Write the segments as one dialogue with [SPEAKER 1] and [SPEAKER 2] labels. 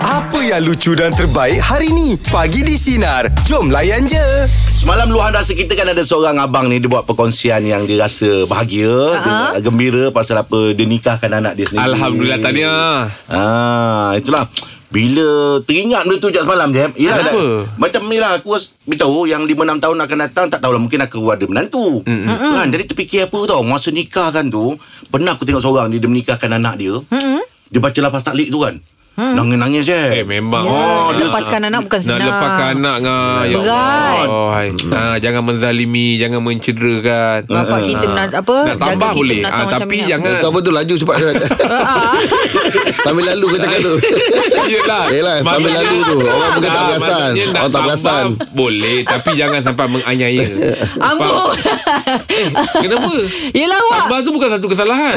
[SPEAKER 1] Apa yang lucu dan terbaik hari ni? Pagi di Sinar. Jom layan je.
[SPEAKER 2] Semalam luahan rasa kita kan ada seorang abang ni Dia buat perkongsian yang dia rasa bahagia uh-huh. Gembira pasal apa Dia nikahkan anak dia sendiri
[SPEAKER 3] Alhamdulillah, ha. tahniah.
[SPEAKER 2] ah, Itulah bila teringat benda tu sejak semalam je Yelah,
[SPEAKER 3] Kenapa?
[SPEAKER 2] dah- Macam ni lah Aku rasa- beritahu Yang 5-6 tahun akan datang Tak tahulah Mungkin aku ada menantu mm-hmm. kan, Jadi terfikir apa tau Masa nikah kan tu Pernah aku tengok seorang ni Dia menikahkan anak dia mm-hmm. Dia baca lafaz taklik tu kan Nangis-nangis je
[SPEAKER 3] Eh memang
[SPEAKER 2] Ya, Oh, dia-
[SPEAKER 4] lepaskan anak bukan senang.
[SPEAKER 3] Nak lepaskan anak ngah. Ya
[SPEAKER 4] Berat.
[SPEAKER 3] Allah. Oh, hai. ha, jangan menzalimi, jangan mencederakan.
[SPEAKER 5] Ah,
[SPEAKER 4] Bapak kita menat- apa,
[SPEAKER 3] Nak tambah
[SPEAKER 4] jaga kita
[SPEAKER 3] boleh.
[SPEAKER 4] menatang
[SPEAKER 3] Ah,
[SPEAKER 4] macam
[SPEAKER 3] tapi
[SPEAKER 4] minyak.
[SPEAKER 3] jangan
[SPEAKER 5] Tak apa tu laju cepat sangat Sambil lalu kau cakap tu
[SPEAKER 3] Yelah
[SPEAKER 5] lah. Yelah, sambil
[SPEAKER 3] Maksudnya-
[SPEAKER 5] lalu tu. Orang bukan tak
[SPEAKER 3] Ah,
[SPEAKER 5] perasan.
[SPEAKER 3] maksudnya nak
[SPEAKER 5] Orang tak
[SPEAKER 3] tambah
[SPEAKER 5] perasan.
[SPEAKER 3] Boleh Tapi jangan sampai menganiaya
[SPEAKER 4] Ambul.
[SPEAKER 3] Eh, Kenapa?
[SPEAKER 4] Yelah Ya, awak.
[SPEAKER 3] Tambah tu bukan satu kesalahan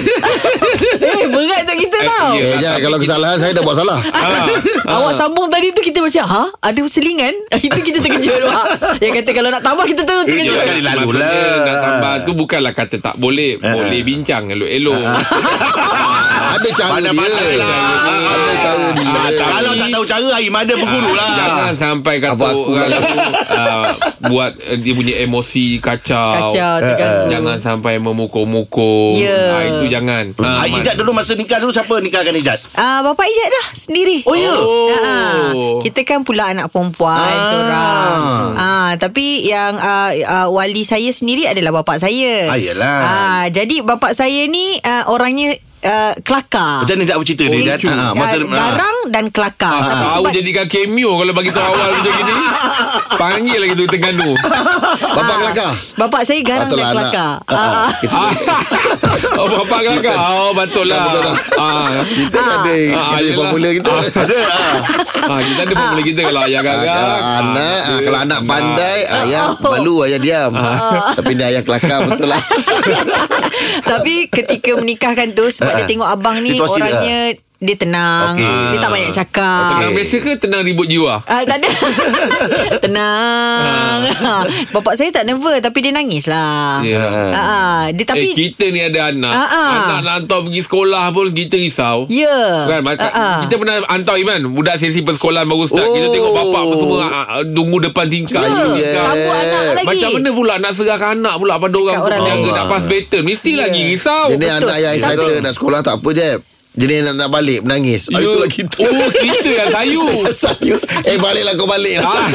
[SPEAKER 4] Eh, berat tak kita tau.
[SPEAKER 3] Ya,
[SPEAKER 5] Eh jangan
[SPEAKER 3] tapi
[SPEAKER 5] Kalau kesalahan saya dah buat salah
[SPEAKER 2] lah. Ah.
[SPEAKER 4] Awak sambung tadi tu kita macam ha ada selingan itu kita terkejut awak. Yang kata kalau nak tambah kita
[SPEAKER 2] Eh,
[SPEAKER 4] terus terkejut.
[SPEAKER 2] jangan lalu
[SPEAKER 3] Maksudnya
[SPEAKER 2] lah.
[SPEAKER 3] Nak tambah tu bukanlah kata tak boleh
[SPEAKER 5] Eh,
[SPEAKER 3] Boleh bincang elok-elok
[SPEAKER 5] Ada cara dia
[SPEAKER 2] Pandai-pandai lah.
[SPEAKER 5] Ada cara
[SPEAKER 3] Ah,
[SPEAKER 5] dia
[SPEAKER 3] tak-
[SPEAKER 2] Kalau tak tahu cara Air mada berguru lah
[SPEAKER 3] Jangan sampai kata
[SPEAKER 5] Apa aku
[SPEAKER 3] orang tu uh, Buat uh, dia punya emosi kacau
[SPEAKER 4] Kacau terganggu.
[SPEAKER 3] Jangan sampai memukul-mukul
[SPEAKER 4] Ya.
[SPEAKER 3] Ah, Itu jangan
[SPEAKER 2] Ah,
[SPEAKER 3] Mat.
[SPEAKER 2] Ijat dulu masa nikah dulu Siapa nikahkan Ijat?
[SPEAKER 4] Ah, bapak Ijat dah sendiri.
[SPEAKER 2] Oh, ya?
[SPEAKER 3] Oh.
[SPEAKER 4] Ha, kita kan pula anak perempuan
[SPEAKER 2] Ah.
[SPEAKER 4] ah. seorang. Ah, tapi yang ah, ah, wali saya sendiri adalah bapak saya.
[SPEAKER 2] Ah, yelah.
[SPEAKER 4] Ah, jadi bapak saya ni ah, orangnya ah, kelakar.
[SPEAKER 2] Macam mana Ijat bercerita dia Ijat?
[SPEAKER 3] lucu.
[SPEAKER 2] Ah,
[SPEAKER 4] Ah,
[SPEAKER 2] ah.
[SPEAKER 4] garang dan kelakar. Tapi
[SPEAKER 3] Ah, Tahu
[SPEAKER 4] sebab-
[SPEAKER 3] jadikan cameo Kalau bagi tahu awal macam gini Panggil lagi tu Tengganu lah.
[SPEAKER 5] Bapak kelakar
[SPEAKER 4] Bapak saya garang dan
[SPEAKER 5] Patutlah anak.
[SPEAKER 4] kelakar. Ah, ah.
[SPEAKER 3] Ah, Oh bapa kelakar Oh betul lah
[SPEAKER 5] Tak, betul lah.
[SPEAKER 3] Ah,
[SPEAKER 5] Kita
[SPEAKER 3] Ah,
[SPEAKER 5] ada Kita ada
[SPEAKER 3] yelah.
[SPEAKER 5] formula kita
[SPEAKER 2] Ada ah.
[SPEAKER 3] ah, Kita ada formula kita Kalau ayah
[SPEAKER 5] Ah,
[SPEAKER 3] garang
[SPEAKER 5] kalau
[SPEAKER 3] ah,
[SPEAKER 5] anak
[SPEAKER 3] dia-
[SPEAKER 5] ah, Kalau anak
[SPEAKER 3] Ah. Oh.
[SPEAKER 5] pandai Ayah malu ayah diam Tapi ni ayah kelakar betul lah
[SPEAKER 3] Oh,
[SPEAKER 4] Tapi ketika menikahkan tu sebab dia tengok abang ni
[SPEAKER 2] Ah, Situasi dia.
[SPEAKER 4] orangnya dia tenang,
[SPEAKER 2] Okey.
[SPEAKER 4] dia tak banyak cakap.
[SPEAKER 3] Tenang biasa ke Tenang ribut jiwa
[SPEAKER 4] Ah, tak ada Tenang ah. Bapak saya tak nervous Tapi dia nangis lah
[SPEAKER 3] Ya.
[SPEAKER 4] ah, ah. Dia
[SPEAKER 3] Tapi, eh,
[SPEAKER 4] tapi eh,
[SPEAKER 3] kita ni ada anak.
[SPEAKER 4] Ah, ah.
[SPEAKER 3] Anak nak hantar pergi sekolah pun kita risau.
[SPEAKER 4] Ya
[SPEAKER 3] Kan, maka,
[SPEAKER 4] Ah, ah.
[SPEAKER 3] Kita pernah hantar Iman Budak sesi persekolahan baru start Kita
[SPEAKER 5] Oh.
[SPEAKER 3] tengok bapak apa semua ah, ah, Tunggu depan tingkap
[SPEAKER 5] Saya,
[SPEAKER 3] Kan.
[SPEAKER 5] yeah.
[SPEAKER 4] Tabur Ya. anak lagi
[SPEAKER 3] Macam mana pula Nak serahkan anak pula Pada orang tu
[SPEAKER 4] orang Ya.
[SPEAKER 3] Jaga
[SPEAKER 4] lain.
[SPEAKER 3] nak pass battle Mesti lagi risau
[SPEAKER 5] Jadi anak ayah excited Nak sekolah tak apa je Jadi nak, nak balik Menangis
[SPEAKER 3] Ya.
[SPEAKER 5] yeah. Itulah kita
[SPEAKER 3] Oh kita yang sayu
[SPEAKER 5] Saya Eh baliklah kau balik lah
[SPEAKER 3] Ah,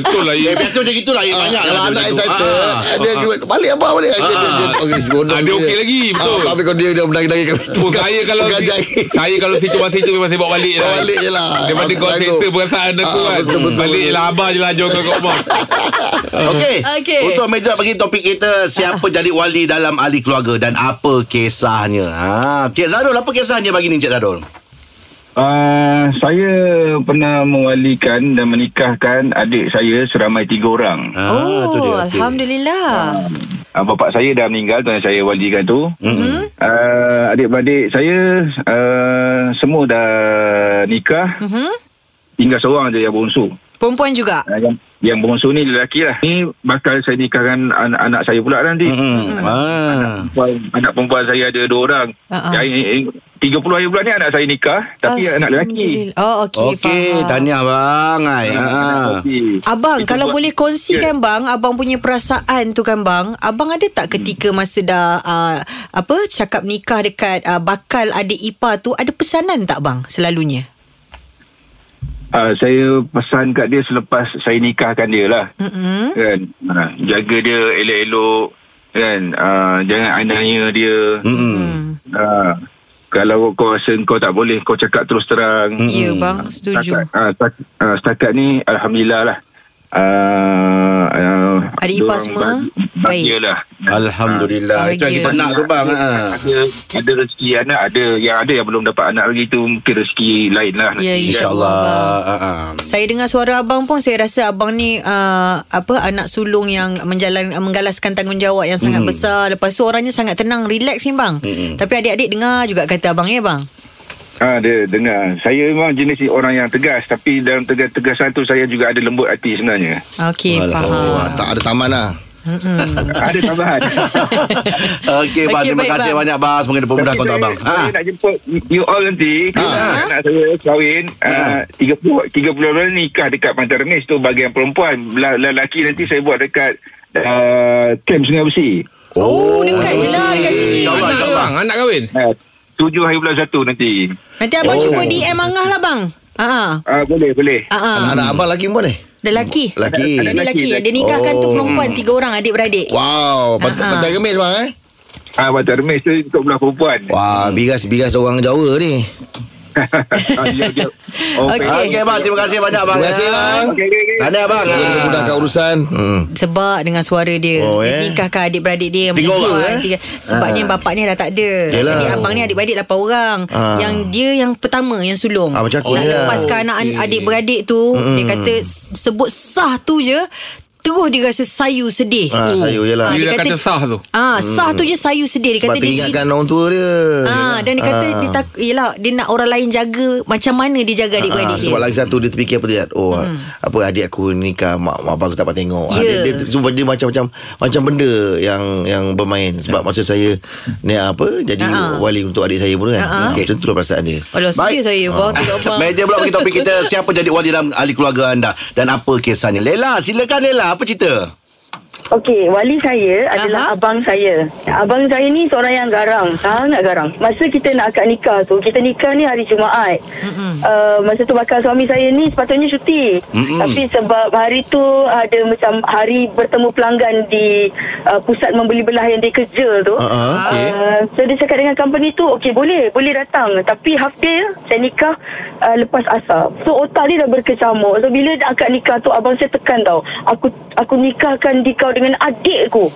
[SPEAKER 3] Betul lah
[SPEAKER 2] Eh,
[SPEAKER 3] ya.
[SPEAKER 2] biasa macam gitulah eh, banyak
[SPEAKER 5] Ah, Kalau
[SPEAKER 2] lah
[SPEAKER 5] anak
[SPEAKER 2] macam tu.
[SPEAKER 5] excited
[SPEAKER 2] Ah.
[SPEAKER 5] Dia juga Balik apa balik Dia- dia- dia-
[SPEAKER 3] Ah.
[SPEAKER 5] Okey seronok
[SPEAKER 3] Ah, dia okey lagi, betul.
[SPEAKER 5] Ah, Tapi kalau dia dah menangis-nangis kat pintu
[SPEAKER 3] Oh, saya kalau
[SPEAKER 5] Pengajar
[SPEAKER 3] saya kalau situasi tu memang saya bawa balik
[SPEAKER 5] Bawa balik je lah.
[SPEAKER 3] Daripada
[SPEAKER 5] Ah,
[SPEAKER 3] kau
[SPEAKER 5] sanggup.
[SPEAKER 3] seksa perasaan aku
[SPEAKER 5] Ah,
[SPEAKER 3] kan.
[SPEAKER 5] betul, betul,
[SPEAKER 3] balik
[SPEAKER 5] betul.
[SPEAKER 3] je lah abah je lah jom kau kat rumah.
[SPEAKER 2] Okey.
[SPEAKER 4] Okey. Ah.
[SPEAKER 2] Untuk meja bagi topik kita siapa jadi wali dalam ahli keluarga dan apa kisahnya. Ha, Cik Zarul apa kisahnya bagi ni Cik Zarul?
[SPEAKER 6] Uh, saya pernah mewalikan dan menikahkan adik saya seramai tiga orang.
[SPEAKER 2] Ha,
[SPEAKER 4] Oh
[SPEAKER 2] tu dia, Ah. okey.
[SPEAKER 4] Alhamdulillah
[SPEAKER 6] Uh, bapak saya dah meninggal tuan saya walikan tu. Mm-hmm. Uh, adik-beradik saya uh, semua dah nikah.
[SPEAKER 4] Mhm.
[SPEAKER 6] Tinggal seorang je yang bongsu.
[SPEAKER 4] Perempuan juga
[SPEAKER 6] Uh, yang yang bongsu ni lelaki lah. Ni bakal saya nikahkan an- anak saya pula nanti.
[SPEAKER 2] Hmm.
[SPEAKER 6] Mm-hmm.
[SPEAKER 2] Ah.
[SPEAKER 6] Anak perempuan saya ada dua orang.
[SPEAKER 4] Ah, ah.
[SPEAKER 6] Yang, eh, 30 hari bulan ni anak saya nikah tapi anak lelaki.
[SPEAKER 4] Alhamdulillah. Oh okey
[SPEAKER 2] Okey,
[SPEAKER 4] faham.
[SPEAKER 2] tahniah bang. Ai.
[SPEAKER 6] Ah.
[SPEAKER 2] Ha.
[SPEAKER 6] Lelaki.
[SPEAKER 4] Abang
[SPEAKER 6] Itu
[SPEAKER 4] kalau
[SPEAKER 6] buat-
[SPEAKER 4] boleh kongsikan bang Abang punya perasaan tu kan bang Abang ada tak ketika
[SPEAKER 6] Hmm.
[SPEAKER 4] masa dah uh, Apa Cakap nikah dekat uh, Bakal adik ipar tu Ada pesanan tak bang Selalunya
[SPEAKER 6] Uh, saya pesan kat dia selepas saya nikahkan dia lah. Mm-hmm. Kan? Uh, jaga dia elok-elok. Kan? Uh, jangan ananya dia. Mm-hmm. Uh, kalau kau rasa kau tak boleh, kau cakap terus terang.
[SPEAKER 4] mm Ya bang setuju
[SPEAKER 6] Setakat, uh, setakat, uh, setakat ni, Alhamdulillah lah. Uh, uh,
[SPEAKER 4] Adik ipar semua baik.
[SPEAKER 6] Baik lah
[SPEAKER 2] Alhamdulillah. Itu yang kita
[SPEAKER 4] Bahagia.
[SPEAKER 2] nak tu bang. Ha.
[SPEAKER 6] ada, ada rezeki anak Ada yang ada yang belum dapat anak lagi tu Mungkin rezeki lain lah
[SPEAKER 4] Ya,
[SPEAKER 6] nanti, kan?
[SPEAKER 2] InsyaAllah. Ha. ha.
[SPEAKER 4] Saya dengar suara abang pun saya rasa abang ni uh, apa anak sulung yang menjalan menggalaskan tanggungjawab yang sangat mm. besar. Lepas tu orangnya sangat tenang, relax ni bang. Mm. Tapi adik-adik dengar juga kata abang ya bang.
[SPEAKER 6] Ah, dia dengar. Saya memang jenis orang yang tegas tapi dalam tegas-tegasan tu saya juga ada lembut hati sebenarnya.
[SPEAKER 4] Okey, faham.
[SPEAKER 5] Ah, Tak ada taman lah
[SPEAKER 6] Ada tambahan.
[SPEAKER 4] Hmm.
[SPEAKER 2] Okey, bang.
[SPEAKER 4] Okey,
[SPEAKER 2] Terima
[SPEAKER 4] baik,
[SPEAKER 2] kasih
[SPEAKER 4] bang.
[SPEAKER 2] banyak, bang. Semoga dipermudah
[SPEAKER 6] Tapi
[SPEAKER 2] kontak
[SPEAKER 6] saya-
[SPEAKER 2] abang.
[SPEAKER 6] Saya
[SPEAKER 2] Ha.
[SPEAKER 6] nak jemput you all nanti. Ha. Anak saya kahwin ah, 30 30 bulan nikah dekat Pantai Remis tu bahagian perempuan. La- Lelaki nanti saya buat dekat uh, kem Sungai Besi.
[SPEAKER 4] Oh, dekat je lah dekat sini.
[SPEAKER 2] Jauh,
[SPEAKER 3] Anak
[SPEAKER 2] jauh,
[SPEAKER 3] ke
[SPEAKER 2] bang.
[SPEAKER 3] bang? Anak kahwin?
[SPEAKER 6] Uh, 7 hari bulan 1 nanti.
[SPEAKER 4] Nanti abang cuba DM Angah lah bang. Ha ah.
[SPEAKER 6] Ah, boleh, boleh.
[SPEAKER 4] Ha ah.
[SPEAKER 3] Hmm.
[SPEAKER 5] Anak abang laki pun ni?
[SPEAKER 4] Lelaki.
[SPEAKER 5] Lelaki.
[SPEAKER 4] Ada lelaki. Dia nikahkan tu
[SPEAKER 5] Oh.
[SPEAKER 4] perempuan tiga orang adik-beradik.
[SPEAKER 5] Wow, pant-
[SPEAKER 4] Ha-ha.
[SPEAKER 5] pantai kemis bang eh?
[SPEAKER 6] Ah, Pantai Remis tu untuk belah perempuan.
[SPEAKER 5] Wah, bigas-bigas orang Jawa ni.
[SPEAKER 6] Ah, dia- dia-
[SPEAKER 4] Okey.
[SPEAKER 2] Okey, bang. Terima kasih banyak, bang.
[SPEAKER 5] Terima kasih, bang.
[SPEAKER 6] Okey, okey, okey.
[SPEAKER 2] Tahniah, bang.
[SPEAKER 5] Kita
[SPEAKER 2] Ha.
[SPEAKER 5] memudahkan urusan. Hmm.
[SPEAKER 4] Sebab dengan suara dia oh,
[SPEAKER 5] Oh, eh.
[SPEAKER 4] eh? Dia nikahkan adik-beradik dia yang
[SPEAKER 2] Tiga
[SPEAKER 4] perempuan,
[SPEAKER 2] orang, eh?
[SPEAKER 4] tiga. Sebabnya ha. bapaknya dah tak ada
[SPEAKER 5] Yelah.
[SPEAKER 4] Jadi abang ni adik-beradik 8 orang
[SPEAKER 5] Ah.
[SPEAKER 4] Yang dia yang pertama Yang sulung
[SPEAKER 5] Ah, macam aku
[SPEAKER 4] Nak
[SPEAKER 5] je lah.
[SPEAKER 4] lepaskan anak
[SPEAKER 3] Okey.
[SPEAKER 4] adik-beradik tu Dia kata "S- Sebut sah tu je Terus dia rasa sayu sedih
[SPEAKER 5] Ah,
[SPEAKER 3] Oh.
[SPEAKER 5] sayu je lah.
[SPEAKER 4] Ah,
[SPEAKER 3] Bila
[SPEAKER 4] dia
[SPEAKER 3] dah
[SPEAKER 4] kata,
[SPEAKER 3] kata sah tu.
[SPEAKER 4] Ah, sah tu je sayu sedih Dia
[SPEAKER 5] Sebab
[SPEAKER 4] kata dia cerita-
[SPEAKER 5] teringatkan orang tua dia. lah.
[SPEAKER 4] Ah, dan dia kata dia tak yelah, dia nak orang lain jaga macam mana dia jaga
[SPEAKER 5] Ah,
[SPEAKER 4] adik-beradik
[SPEAKER 5] sebab
[SPEAKER 4] dia.
[SPEAKER 5] lagi satu dia terfikir apa dia oh hmm. apa adik aku nikah mak, mak abang aku tak dapat tengok Ah,
[SPEAKER 4] Ya.
[SPEAKER 5] dia, dia sumpah dia macam macam macam benda yang yang bermain sebab
[SPEAKER 4] Ya.
[SPEAKER 5] masa saya ni apa jadi
[SPEAKER 4] Ha-ha.
[SPEAKER 5] wali untuk adik saya pun kan
[SPEAKER 4] Ha,
[SPEAKER 5] uh-huh. macam tu lah perasaan dia Ha.
[SPEAKER 4] Alah sedih saya bang tengok abang.
[SPEAKER 2] Meja pula bagi topik kita Siapa jadi wali dalam ahli keluarga anda Dan apa kisahnya Lela silakan Lela Apa cerita
[SPEAKER 7] Okey, wali saya
[SPEAKER 4] Aha.
[SPEAKER 7] adalah abang saya. Abang saya ni seorang yang garang, sangat garang. Masa kita nak akad nikah tu, kita nikah ni hari Jumaat. Uh, masa tu bakal suami saya ni sepatutnya cuti.
[SPEAKER 2] Mm-mm.
[SPEAKER 7] Tapi sebab hari tu ada macam hari bertemu pelanggan di uh, pusat membeli belah yang dia kerja tu.
[SPEAKER 5] Ha-ha.
[SPEAKER 3] Okey.
[SPEAKER 7] Uh, so dia cakap dengan company tu Okey boleh Boleh datang Tapi half day Saya nikah uh, Lepas asar So otak dia dah berkecamuk So bila nak akad nikah tu Abang saya tekan tau Aku aku nikahkan di kau Dengan adik aku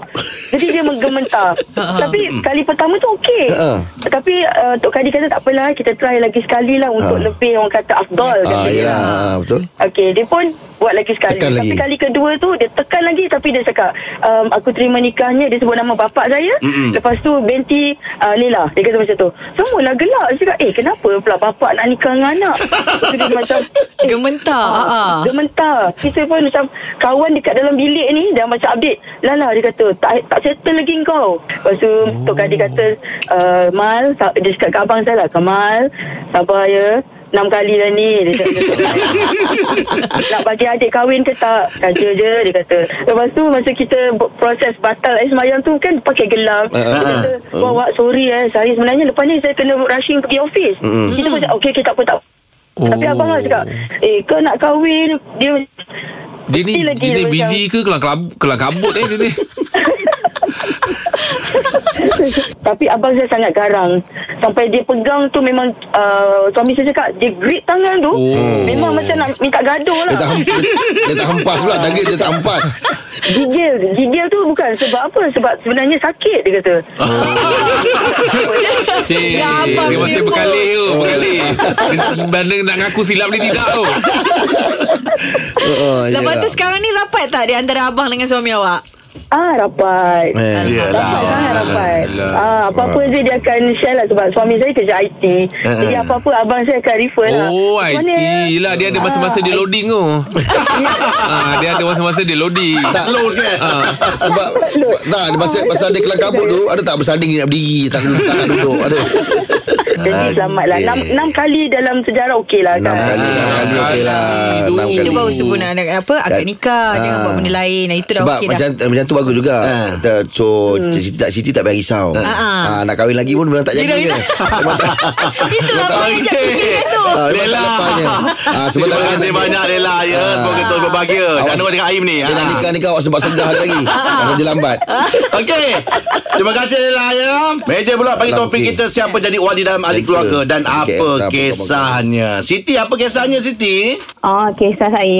[SPEAKER 7] Jadi dia menggementar Tapi kali pertama tu okey
[SPEAKER 5] Hmm. Ha.
[SPEAKER 7] Tapi uh, Tok Kadi kata tak apalah Kita try lagi sekali lah Untuk
[SPEAKER 5] Ha.
[SPEAKER 7] lebih Orang kata afdol
[SPEAKER 5] ah
[SPEAKER 7] kata dia.
[SPEAKER 5] yalah ah, betul
[SPEAKER 7] Okey, dia pun buat lagi sekali.
[SPEAKER 5] Tekan
[SPEAKER 7] tapi
[SPEAKER 5] lagi.
[SPEAKER 7] kali kedua tu dia tekan lagi tapi dia cakap, um, aku terima nikahnya dia sebut nama bapak saya.
[SPEAKER 2] Mm-mm.
[SPEAKER 7] Lepas tu binti uh, Lela. Dia kata macam tu. Semualah gelak. Dia cakap, "Eh, kenapa pula bapak nak nikah dengan anak?" Lepas tu dia macam eh,
[SPEAKER 4] Gementar.
[SPEAKER 7] ah,
[SPEAKER 4] Ah.
[SPEAKER 7] Gementar. Kita pun macam kawan dekat dalam bilik ni dah macam update. Lala dia kata, "Tak tak settle lagi kau." Lepas tu oh. Tok Kadi kata, uh, "Mal, sa- dia cakap kat abang saya lah, Kamal, sabar ya." Enam kali dah ni Dia cakap nak bagi adik kahwin ke tak Saja je dia kata Lepas tu masa kita bu- proses batal air semayang tu kan pakai gelang uh, Dia
[SPEAKER 5] ah,
[SPEAKER 7] kata Wah wak sorry eh Saya sebenarnya lepas ni saya kena rushing pergi office Kita pun cakap okay, okay tak apa tak apa." Tapi abang lah cakap Eh kau nak kahwin Dia
[SPEAKER 3] Dia ni,
[SPEAKER 7] Mesti lagi
[SPEAKER 3] dia ni
[SPEAKER 7] macam-
[SPEAKER 3] busy ke kelang, kelab- kelang kabut eh dia ni?
[SPEAKER 7] Tapi abang saya sangat garang Sampai dia pegang tu memang uh, Suami saya cakap Dia grip tangan tu
[SPEAKER 3] Oh.
[SPEAKER 7] Memang macam nak minta gaduh
[SPEAKER 5] dia
[SPEAKER 7] lah
[SPEAKER 5] Eh, tak hempas dia tak hempas pula daging dia tak hempas
[SPEAKER 7] Gigil Gigil tu bukan sebab apa Sebab sebenarnya sakit Dia kata
[SPEAKER 3] Cik,
[SPEAKER 4] Ya, abang
[SPEAKER 3] dia masih
[SPEAKER 4] sibuk.
[SPEAKER 3] berkali tu, berkali. Dia Banding nak ngaku silap ni tidak tu.
[SPEAKER 5] Oh,
[SPEAKER 4] Lepas tu
[SPEAKER 5] yalah.
[SPEAKER 4] sekarang ni rapat tak di antara abang dengan suami awak?
[SPEAKER 7] Ah rapat
[SPEAKER 5] Eh.
[SPEAKER 7] Rapat sangat rapat ah, Apa-apa je dia akan share lah Sebab suami saya kerja IT Jadi apa-apa abang saya akan refer lah
[SPEAKER 3] Oh, IT
[SPEAKER 7] Macam mana?
[SPEAKER 3] lah. Dia ada masa-masa dia loading tu. Ah, Dia ada masa-masa dia loading.
[SPEAKER 5] slow ke Ah. sebab tak pasal pasal dia kelang kabut tu ada tak bersanding nak berdiri tak tak nak duduk ada
[SPEAKER 7] Jadi selamat lah enam, enam kali dalam sejarah okey lah
[SPEAKER 5] enam
[SPEAKER 7] kan
[SPEAKER 5] kali enam kali okey lah enam
[SPEAKER 3] Itu
[SPEAKER 5] kali
[SPEAKER 4] Itu baru sebut nak nak apa akad
[SPEAKER 5] Dan-
[SPEAKER 4] nikah jangan
[SPEAKER 5] Ah.
[SPEAKER 4] buat benda lain. Nah, itu dah
[SPEAKER 5] Sebab
[SPEAKER 4] okey
[SPEAKER 5] macam
[SPEAKER 4] dah.
[SPEAKER 5] macam tu bagus juga.
[SPEAKER 2] Ah.
[SPEAKER 5] Ha. So hmm. Siti tak Siti tak payah risau. Ha.
[SPEAKER 4] ah.
[SPEAKER 5] nak kahwin lagi pun memang tak jadi
[SPEAKER 4] Dia dah
[SPEAKER 5] dia. Memang tak.
[SPEAKER 4] Itulah abang yang cakap sikit kan tu.
[SPEAKER 5] Ah, memang
[SPEAKER 2] Lela.
[SPEAKER 5] tak lepasnya. Ah sebab tak
[SPEAKER 2] Terima kasih banyak Lela ya
[SPEAKER 1] Ah.
[SPEAKER 2] Semoga terus berbahagia
[SPEAKER 5] Awas.
[SPEAKER 2] Jangan lupa dengan Aim ni
[SPEAKER 5] Dia nak
[SPEAKER 2] ha.
[SPEAKER 5] nikah nikah awak sebab sejah dia
[SPEAKER 4] Ah,
[SPEAKER 5] lagi. Kalau dia lambat.
[SPEAKER 2] Okey Terima kasih Lela ya Meja pula bagi
[SPEAKER 5] Alam,
[SPEAKER 2] topik
[SPEAKER 5] okey.
[SPEAKER 2] kita Siapa jadi wali dalam ahli
[SPEAKER 5] Betul.
[SPEAKER 2] keluarga Dan
[SPEAKER 5] Okey,
[SPEAKER 2] apa
[SPEAKER 5] kenapa
[SPEAKER 2] kisahnya Siti apa kisahnya Siti
[SPEAKER 8] Ah, kisah saya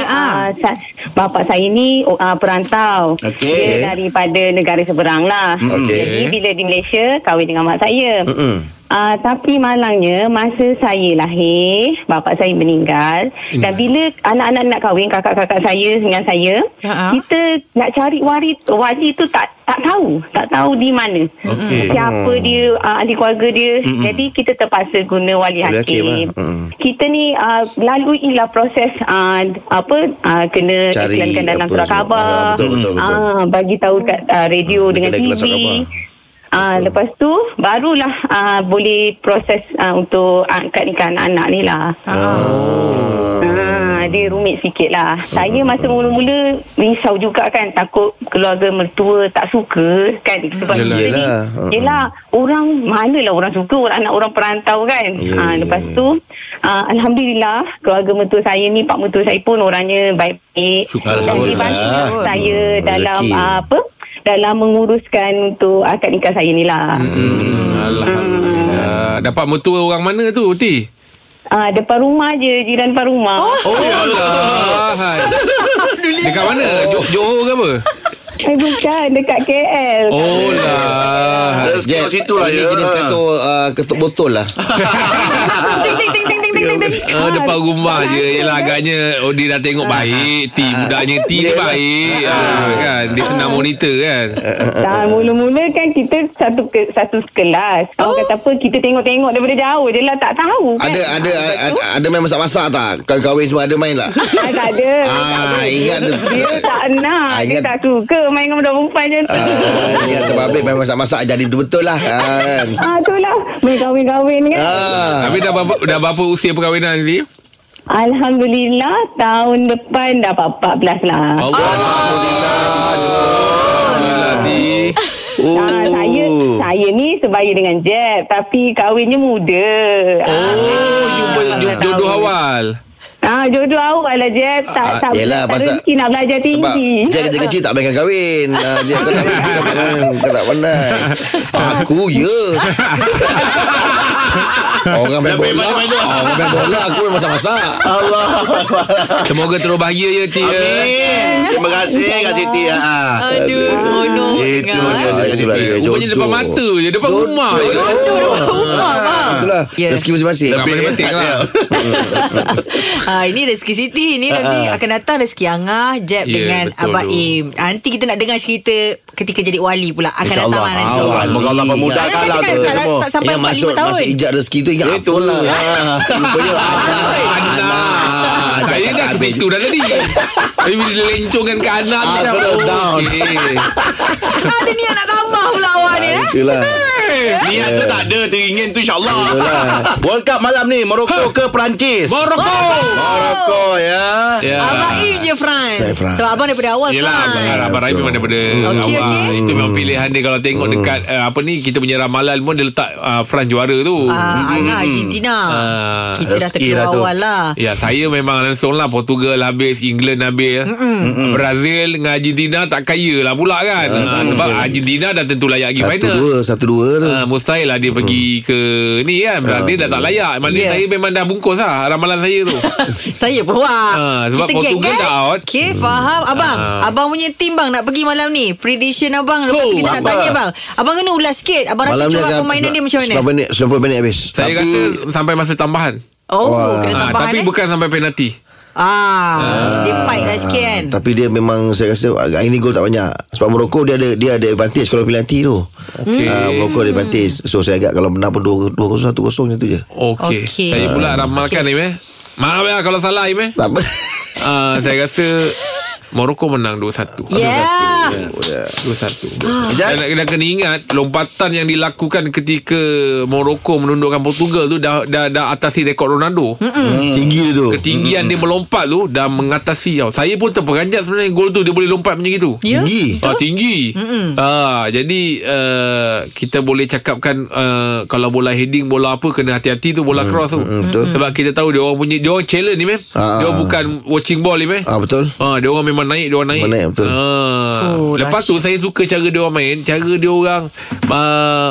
[SPEAKER 4] Ah, ah.
[SPEAKER 8] ah, sa- bapa saya ni oh, ah, perantau.
[SPEAKER 2] Okey.
[SPEAKER 8] Dia daripada negara seberang lah.
[SPEAKER 5] Okey.
[SPEAKER 2] Mm-hmm.
[SPEAKER 8] Jadi bila di Malaysia kahwin dengan mak saya.
[SPEAKER 5] Mm-mm.
[SPEAKER 8] Uh, tapi malangnya masa saya lahir bapa saya meninggal dan bila anak-anak nak kahwin kakak-kakak saya dengan saya
[SPEAKER 4] Ha-ha.
[SPEAKER 8] kita nak cari waris wali tu tak tak tahu tak tahu di mana
[SPEAKER 2] Okey.
[SPEAKER 8] siapa
[SPEAKER 5] Hmm.
[SPEAKER 8] dia uh, ahli keluarga dia
[SPEAKER 2] Mm-mm.
[SPEAKER 8] jadi kita terpaksa guna
[SPEAKER 5] Wali
[SPEAKER 8] wali
[SPEAKER 5] hakim,
[SPEAKER 8] hakim
[SPEAKER 5] ah. Mm.
[SPEAKER 8] kita ni uh, laluilah proses uh, apa uh, kena
[SPEAKER 5] Cari
[SPEAKER 8] iklankan dalam
[SPEAKER 5] apa
[SPEAKER 8] surat
[SPEAKER 5] semua.
[SPEAKER 8] khabar
[SPEAKER 5] Ah, betul, betul, betul.
[SPEAKER 8] Ah, bagi tahu kat uh, radio
[SPEAKER 5] Ah,
[SPEAKER 8] dengan
[SPEAKER 5] kedai
[SPEAKER 8] TV
[SPEAKER 5] kelas surat khabar. Betul.
[SPEAKER 8] Ah, lepas tu barulah ah, boleh proses ah, untuk akad nikah anak-anak ni lah. Oh. Ah, dia rumit sikit lah. Saya masa mula-mula risau juga kan takut keluarga mertua tak suka kan sebab
[SPEAKER 3] Yelah.
[SPEAKER 8] kita ni
[SPEAKER 5] Yelah.
[SPEAKER 8] yelah orang manalah orang suka orang anak orang perantau kan.
[SPEAKER 5] Ya,
[SPEAKER 8] ah,
[SPEAKER 5] ya,
[SPEAKER 8] lepas
[SPEAKER 5] ya.
[SPEAKER 8] tu ah, alhamdulillah keluarga mertua saya ni pak mertua saya pun orangnya baik-baik
[SPEAKER 3] Syukur.
[SPEAKER 8] dan dia bantu
[SPEAKER 5] Alhamdulillah.
[SPEAKER 8] saya
[SPEAKER 5] Hmm,
[SPEAKER 8] dalam
[SPEAKER 5] rezeki.
[SPEAKER 8] ah, apa dalam menguruskan untuk akad nikah saya ni lah. Hmm.
[SPEAKER 3] Alhamdulillah. Dapat mertua orang mana tu, Uti?
[SPEAKER 8] Ah, depan rumah je, jiran depan rumah. Oh.
[SPEAKER 3] Oh, ya Allah. Hai. Dekat mana? Jo- Johor ke apa?
[SPEAKER 8] Eh, bukan, dekat KL.
[SPEAKER 3] Oh lah.
[SPEAKER 2] Rezeki kat situ lah
[SPEAKER 5] Ah, Ini
[SPEAKER 2] ya.
[SPEAKER 5] jenis kacau uh, ketuk botol lah
[SPEAKER 4] Ting ting ting ting ting ting ting.
[SPEAKER 3] Uh, depan rumah je Yelah agaknya oh, Dia dah tengok baik T budaknya T ni baik Ah, kan Dia senang monitor kan
[SPEAKER 5] Ah,
[SPEAKER 8] Dah mula-mula kan kita satu ke, satu kelas. Orang kata apa, kita tengok-tengok daripada jauh je lah, tak tahu kan.
[SPEAKER 5] Oh. Ada ada
[SPEAKER 8] Ah, lepas
[SPEAKER 5] ada,
[SPEAKER 8] tu,
[SPEAKER 5] ada main masak-masak tak? Kalau kahwin semua ada main lah
[SPEAKER 8] Ah, tak ada.
[SPEAKER 5] Ah, ingat tu.
[SPEAKER 8] Dia tak nak.
[SPEAKER 5] Ah,
[SPEAKER 8] Dia
[SPEAKER 5] ingat-
[SPEAKER 8] tak suka main dengan budak perempuan macam tu.
[SPEAKER 5] Ah, Ingat tempat baik main masak-masak Jadi betul-betul lah Ah, kan
[SPEAKER 8] Ah, tu lah. Main kahwin-kahwin kan.
[SPEAKER 5] Ah.
[SPEAKER 3] Habis dah berapa, dah berapa usia perkahwinan ni?
[SPEAKER 8] Alhamdulillah, tahun depan dapat 14 lah.
[SPEAKER 3] Allah Alhamdulillah Alhamdulillah Ti
[SPEAKER 5] Oh.
[SPEAKER 8] Ah, saya saya ni sebaya dengan Jeb tapi kahwinnya muda.
[SPEAKER 3] Oh you ber- you jodoh awal
[SPEAKER 8] Ah jodoh awal lah Jeb tak
[SPEAKER 5] Ah,
[SPEAKER 8] tak
[SPEAKER 5] yelah,
[SPEAKER 8] tak
[SPEAKER 5] pasal-
[SPEAKER 8] rezeki nak belajar
[SPEAKER 5] Sebab
[SPEAKER 8] tinggi.
[SPEAKER 5] dia kerja kecil tak mainkan kahwin ah, Dia kau tak kau tak pandai Kau tak pandai Aku ya Orang main bola Ah, Orang main bola Aku main masak-masak
[SPEAKER 3] Ah, Semoga terus bahagia ya Ti ya.
[SPEAKER 2] Amin. Eh, Terima kasih Kak Siti. Ha.
[SPEAKER 4] Aduh, seronok
[SPEAKER 2] Itu
[SPEAKER 4] dengar.
[SPEAKER 2] dia.
[SPEAKER 3] ya,
[SPEAKER 5] Ah, itulah dia
[SPEAKER 3] Rupanya
[SPEAKER 5] jodoh.
[SPEAKER 3] depan mata je Depan
[SPEAKER 5] Jodoh.
[SPEAKER 3] rumah je
[SPEAKER 4] Aduh, depan rumah bang.
[SPEAKER 5] Itulah
[SPEAKER 4] Ya.
[SPEAKER 5] Rezeki masing-masing
[SPEAKER 3] Depan masing-masing
[SPEAKER 2] Ya,
[SPEAKER 3] lah
[SPEAKER 4] Ah ini rezeki Siti
[SPEAKER 5] Ah,
[SPEAKER 4] ni nanti akan datang rezeki Angah Jeb
[SPEAKER 3] Ya,
[SPEAKER 4] dengan
[SPEAKER 3] betul
[SPEAKER 4] Abang
[SPEAKER 3] tu.
[SPEAKER 4] Im. Ah, nanti kita nak dengar cerita ketika jadi wali pula akan
[SPEAKER 5] Insya
[SPEAKER 4] datang lah
[SPEAKER 5] Allah.
[SPEAKER 4] nanti.
[SPEAKER 5] Awal.
[SPEAKER 2] Moga Allah
[SPEAKER 4] Saya
[SPEAKER 2] memudahkan
[SPEAKER 4] kan
[SPEAKER 2] lah
[SPEAKER 4] cakap
[SPEAKER 2] tu
[SPEAKER 4] tak,
[SPEAKER 2] semua.
[SPEAKER 4] tak sampai
[SPEAKER 5] Ingat
[SPEAKER 4] 45
[SPEAKER 5] masuk,
[SPEAKER 4] tahun.
[SPEAKER 5] Masuk ijak rezeki tu Ingat
[SPEAKER 2] Itu
[SPEAKER 5] apa lah
[SPEAKER 2] lah.
[SPEAKER 5] Rupanya
[SPEAKER 3] Ah, Saya dah ke situ dah tadi Tapi bila lencongkan ke anak
[SPEAKER 5] Ah,
[SPEAKER 3] dah-
[SPEAKER 5] terus down.
[SPEAKER 3] Okey.
[SPEAKER 4] Ah, Ada niat nak tambah pula awak ni eh.
[SPEAKER 5] Ya? Itulah
[SPEAKER 2] Ah, Niat tu tak ada Teringin tu insyaAllah World Cup malam ni Morocco ke Perancis
[SPEAKER 3] Morocco
[SPEAKER 2] Morocco ya
[SPEAKER 3] Ya.
[SPEAKER 4] Abang Im je Fran.
[SPEAKER 5] Saya Fran.
[SPEAKER 4] Sebab abang daripada awal
[SPEAKER 3] Yelah
[SPEAKER 4] Fran.
[SPEAKER 3] Abang, abang Rahim memang daripada
[SPEAKER 4] Okey,
[SPEAKER 3] awal.
[SPEAKER 4] okey.
[SPEAKER 3] Itu memang pilihan dia Kalau tengok dekat uh, Apa ni Kita punya ramalan pun Dia letak uh, France juara tu
[SPEAKER 4] Ah, Angah Argentina.
[SPEAKER 3] Ah,
[SPEAKER 4] Kita dah
[SPEAKER 2] rezeki
[SPEAKER 4] terkeluar
[SPEAKER 2] lah tu.
[SPEAKER 4] awal lah.
[SPEAKER 3] Ya saya memang langsung lah Portugal habis England habis ya. Mm-mm. Brazil dengan Argentina Tak kaya lah pula kan ha, Sebab Argentina dah tentu layak pergi
[SPEAKER 5] Ya, Satu
[SPEAKER 3] final
[SPEAKER 5] dua Satu dua tu
[SPEAKER 3] Ha, mustahil lah dia pergi ke ni kan Brazil
[SPEAKER 5] Ya,
[SPEAKER 3] dah tak layak Maknanya
[SPEAKER 4] Yeah.
[SPEAKER 3] saya memang dah bungkus lah Ramalan saya tu
[SPEAKER 4] Saya pun wah.
[SPEAKER 3] Ah, sebab Hmm. Portugal dah out.
[SPEAKER 4] Okay, faham. Abang,
[SPEAKER 3] Ah.
[SPEAKER 4] abang punya tim bang nak pergi malam ni. Prediction abang. Lepas tu
[SPEAKER 3] Oh,
[SPEAKER 4] kita nak
[SPEAKER 2] abang.
[SPEAKER 4] tanya bang. Abang kena ulas sikit. Abang rasa corak permainan dia macam mana?
[SPEAKER 5] 90 minit 90 minit habis
[SPEAKER 3] Saya
[SPEAKER 5] Tapi- ah,
[SPEAKER 3] kata sampai masa tambahan
[SPEAKER 4] Oh,
[SPEAKER 5] Wah.
[SPEAKER 4] kena
[SPEAKER 3] Ah,
[SPEAKER 4] tambahan
[SPEAKER 3] Tapi
[SPEAKER 4] eh.
[SPEAKER 3] bukan sampai penalti
[SPEAKER 4] Ah, dia fight lah sikit kan.
[SPEAKER 5] Tapi dia memang saya rasa hari ni gol tak banyak. Sebab Morocco dia ada dia ada advantage kalau penalti tu. Okay. Uh, Morocco ada advantage. So saya agak kalau menang pun 2-0 1-0 macam tu je.
[SPEAKER 3] Okey
[SPEAKER 4] Okey.
[SPEAKER 3] okay. Saya pula ramalkan okay. Im eh Maaf ya kalau salah Im eh
[SPEAKER 5] Tak apa.
[SPEAKER 3] uh, Saya rasa Morocco menang 2-1
[SPEAKER 4] Ya. Yeah.
[SPEAKER 3] 2-1 dan, dan kena ingat Lompatan yang dilakukan ketika Morocco menundukkan Portugal tu Dah, dah, dah atasi rekod Ronaldo
[SPEAKER 5] Tinggi dia tu.
[SPEAKER 3] Ketinggian dia melompat tu Dah mengatasi tau Saya pun terperanjat sebenarnya Gol tu dia boleh lompat macam itu
[SPEAKER 4] Ya.
[SPEAKER 5] Tinggi.
[SPEAKER 3] Ah, tinggi. Ah, jadi uh, kita boleh cakapkan uh, kalau bola heading bola apa kena hati-hati tu bola cross tu.
[SPEAKER 5] betul.
[SPEAKER 3] Sebab kita tahu dia orang punya dia orang challenge ni meh.
[SPEAKER 5] Ah.
[SPEAKER 3] Dia orang bukan watching ball ni meh.
[SPEAKER 5] Ah betul.
[SPEAKER 3] Ah, dia orang memang naik, dia orang naik.
[SPEAKER 5] Memang naik, betul.
[SPEAKER 3] Ah,
[SPEAKER 4] Oh.
[SPEAKER 3] Lepas tu saya suka cara dia orang main, cara dia orang uh,